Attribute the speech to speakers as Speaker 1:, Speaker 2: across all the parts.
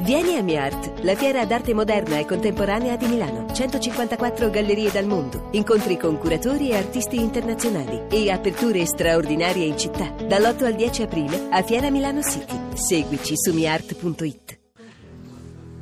Speaker 1: Vieni a MiArt, la fiera d'arte moderna e contemporanea di Milano. 154 gallerie dal mondo, incontri con curatori e artisti internazionali e aperture straordinarie in città. Dall'8 al 10 aprile a Fiera Milano City. Seguici su miart.it.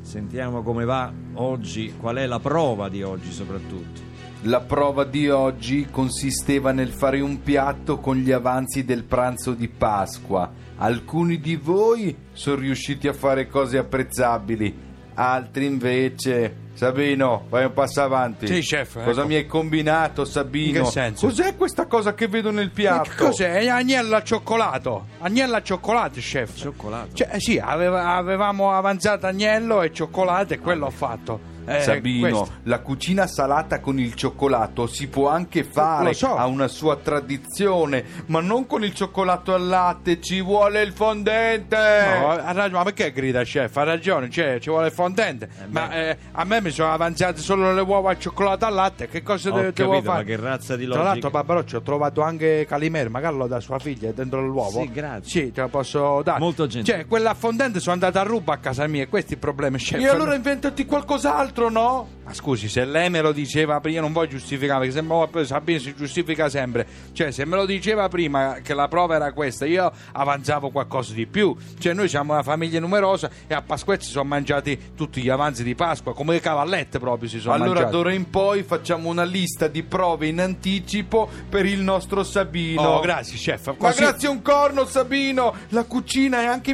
Speaker 2: Sentiamo come va oggi, qual è la prova di oggi soprattutto.
Speaker 3: La prova di oggi consisteva nel fare un piatto con gli avanzi del pranzo di Pasqua. Alcuni di voi sono riusciti a fare cose apprezzabili, altri invece. Sabino, fai un passo avanti.
Speaker 4: Sì, chef,
Speaker 3: Cosa
Speaker 4: ecco.
Speaker 3: mi hai combinato, Sabino?
Speaker 4: In che senso?
Speaker 3: Cos'è questa cosa che vedo nel
Speaker 4: Che
Speaker 3: piatto?
Speaker 4: Cos'è? È Agnella al cioccolato. Agnella al cioccolato, chef.
Speaker 2: Cioccolato.
Speaker 4: Cioè, eh, sì, aveva- avevamo avanzato agnello e cioccolato e quello ho fatto. Eh,
Speaker 3: Sabino,
Speaker 4: questo.
Speaker 3: la cucina salata con il cioccolato si può anche fare,
Speaker 4: Lo so.
Speaker 3: ha una sua tradizione, ma non con il cioccolato al latte, ci vuole il fondente!
Speaker 4: No, ha ragione, ma perché grida chef? Ha ragione, cioè, ci vuole il fondente. ma eh, a me mi sono avanzate solo le uova al cioccolato al latte. Che cosa
Speaker 2: Ho
Speaker 4: devo, devo
Speaker 2: capito,
Speaker 4: fare?
Speaker 2: ma che razza di
Speaker 4: Tra
Speaker 2: logica.
Speaker 4: l'altro, Barbaroccio, ho trovato anche Calimero, magari lo da sua figlia è dentro l'uovo.
Speaker 2: Sì, grazie.
Speaker 4: Sì, te lo posso dare.
Speaker 2: Molto gentile.
Speaker 4: Cioè, quella al fondente sono andata a ruba a casa mia, questo è il problema, chef.
Speaker 3: E allora inventati qualcos'altro, no?
Speaker 4: Ma scusi, se lei me lo diceva prima, io non voglio giustificare, perché sembra poi Sabino si giustifica sempre. Cioè, se me lo diceva prima che la prova era questa, io avanzavo qualcosa di più. Cioè, noi siamo una famiglia numerosa e a Pasquetta si sono mangiati tutti gli avanzi di Pasqua, come le cavallette proprio si sono
Speaker 3: allora
Speaker 4: mangiati.
Speaker 3: d'ora in poi facciamo una lista di prove in anticipo per il nostro Sabino.
Speaker 4: Oh, grazie, chef.
Speaker 3: Ma
Speaker 4: Così-
Speaker 3: grazie un corno, Sabino! La cucina è anche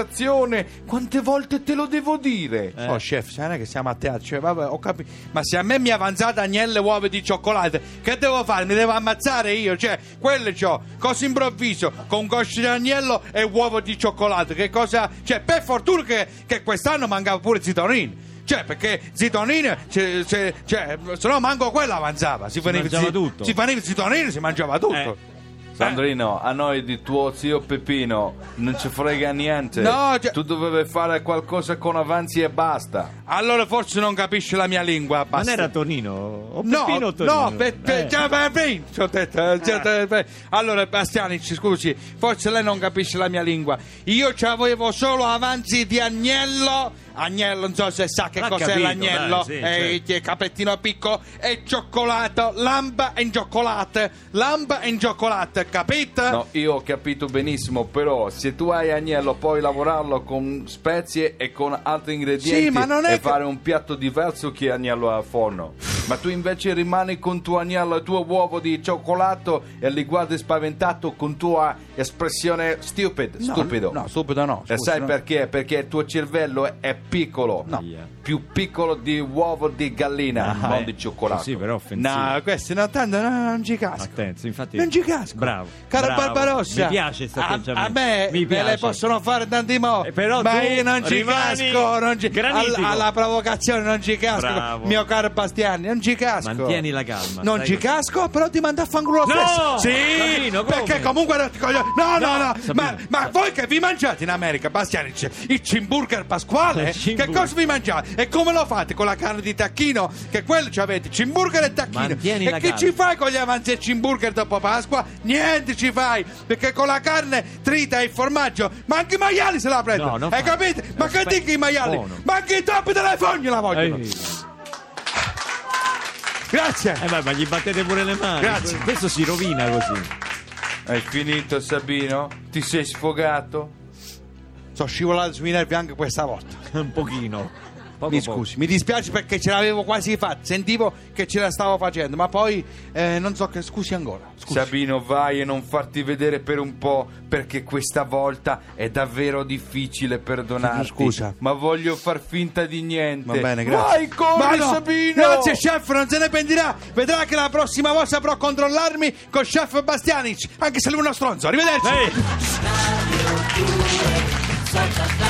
Speaker 3: improvvisazione! Quante volte te lo devo dire?
Speaker 2: Eh.
Speaker 4: Oh, chef, sai non è che siamo a teatro? Cioè, vabbè, ho capito. Ma se a me mi è avanzata agnelle e uova di cioccolato, che devo fare? Mi devo ammazzare io? Cioè, quelle c'ho, cosa improvviso, con cosce di agnello e uovo di cioccolato. Che cosa. Cioè, per fortuna che, che quest'anno mancava pure Zitonin. Cioè, perché Zitonin, se, se, cioè, se no manco quella avanzava. Si, veniva
Speaker 2: mangiava
Speaker 4: zi-
Speaker 2: tutto.
Speaker 4: Si veniva Zitonin, si mangiava tutto.
Speaker 2: Eh.
Speaker 3: Sandrino, a noi di tuo zio Pepino non ci frega niente.
Speaker 4: No, cioè-
Speaker 3: Tu dovevi fare qualcosa con avanzi e basta.
Speaker 4: Allora forse non capisce la mia lingua.
Speaker 2: Ma non
Speaker 4: basta.
Speaker 2: era Tonino? O
Speaker 4: No,
Speaker 2: Peppino o Tonino?
Speaker 4: no, per- per-
Speaker 2: Eh. Ah.
Speaker 4: già per- per- ci ho detto, eh, già per- per- allora Bastiani, ci scusi, forse lei non capisce la mia lingua. Io ci avevo solo avanzi di agnello, agnello, non so se sa che
Speaker 2: L'ha
Speaker 4: cos'è
Speaker 2: capito,
Speaker 4: l'agnello,
Speaker 2: dai, sì, certo.
Speaker 4: e che capettino a picco e cioccolato, lamba e cioccolate, lamba e cioccolate, capite?
Speaker 3: No, io ho capito benissimo, però se tu hai agnello puoi lavorarlo con spezie e con altri ingredienti
Speaker 4: Sì, ma non
Speaker 3: e
Speaker 4: è che-
Speaker 3: fare un piatto diverso che agnello al forno. Ma tu invece rimani con tuo agnello e tuo uovo di cioccolato e li guardi spaventato con tua espressione stupid, stupido.
Speaker 4: No, stupido no.
Speaker 3: E
Speaker 4: scusi,
Speaker 3: sai
Speaker 4: no.
Speaker 3: perché? Perché il tuo cervello è piccolo,
Speaker 4: No.
Speaker 3: più piccolo di uovo di gallina,
Speaker 2: Ah,
Speaker 3: non
Speaker 2: eh.
Speaker 3: di cioccolato.
Speaker 2: Sì, però è offensivo.
Speaker 4: No, questo no, tanto no, non ci casco.
Speaker 2: Attenzione, infatti.
Speaker 4: Non ci casco.
Speaker 2: Bravo.
Speaker 4: Caro
Speaker 2: bravo.
Speaker 4: Barbarossa.
Speaker 2: Mi piace questo
Speaker 4: a-
Speaker 2: atteggiamento.
Speaker 4: A, me
Speaker 2: Mi
Speaker 4: me le
Speaker 2: piace.
Speaker 4: possono fare tanti modi.
Speaker 2: Eh, però
Speaker 4: ma
Speaker 2: tu
Speaker 4: io non ci
Speaker 2: rimani
Speaker 4: casco. Non ci,
Speaker 2: granitico.
Speaker 4: alla, alla provocazione non ci casco.
Speaker 2: Bravo.
Speaker 4: Mio caro Bastiani, non ci casco.
Speaker 2: Mantieni la calma,
Speaker 4: Non
Speaker 2: sai
Speaker 4: ci
Speaker 2: così.
Speaker 4: casco, però ti mando a fanculo lo
Speaker 2: No!
Speaker 4: stesso. Sì,
Speaker 2: Sabino, come?
Speaker 4: perché comunque non ti coglio- No, no,
Speaker 2: No,
Speaker 4: no.
Speaker 2: Sabino.
Speaker 4: Ma, ma voi che vi mangiate in America, Bastiani, c'è il cimburger
Speaker 2: Il
Speaker 4: pasquale? Che
Speaker 2: cimburger.
Speaker 4: cosa vi mangiate? E come lo fate con la carne di tacchino? Che quello ci avete, cimburger e tacchino.
Speaker 2: Mantieni
Speaker 4: e
Speaker 2: la
Speaker 4: che
Speaker 2: calma.
Speaker 4: ci fai con gli avanzi e cimburger dopo Pasqua? Niente ci fai, perché con la carne trita e il formaggio, ma anche i maiali se la prendono.
Speaker 2: No, non
Speaker 4: Hai
Speaker 2: fai.
Speaker 4: capito? Ma che
Speaker 2: Aspetta.
Speaker 4: dico i maiali?
Speaker 2: Buono.
Speaker 4: Ma anche i topi delle fogne la vogliono.
Speaker 2: Ehi.
Speaker 4: Grazie.
Speaker 2: Eh, ma, ma gli battete pure le mani.
Speaker 4: Grazie.
Speaker 2: Questo si rovina così.
Speaker 3: Hai finito, Sabino? Ti sei sfogato?
Speaker 4: Sono scivolato sui nervi anche questa volta.
Speaker 2: Un pochino. Poco,
Speaker 4: mi
Speaker 2: poco.
Speaker 4: scusi, mi dispiace perché ce l'avevo quasi fatta. Sentivo che ce la stavo facendo, ma poi eh, non so che. Scusi ancora. Scusi.
Speaker 3: Sabino, vai e non farti vedere per un po', perché questa volta è davvero difficile perdonarti.
Speaker 4: Scusa.
Speaker 3: Ma voglio far finta di niente.
Speaker 4: Va bene, grazie.
Speaker 3: Vai, corri,
Speaker 4: Ma no,
Speaker 3: Sabino!
Speaker 4: Grazie, chef, non se ne pentirà. Vedrà che la prossima volta saprò controllarmi con chef Bastianic, anche se lui è uno stronzo. Arrivederci.
Speaker 2: Ehi.
Speaker 5: Radio 2, senza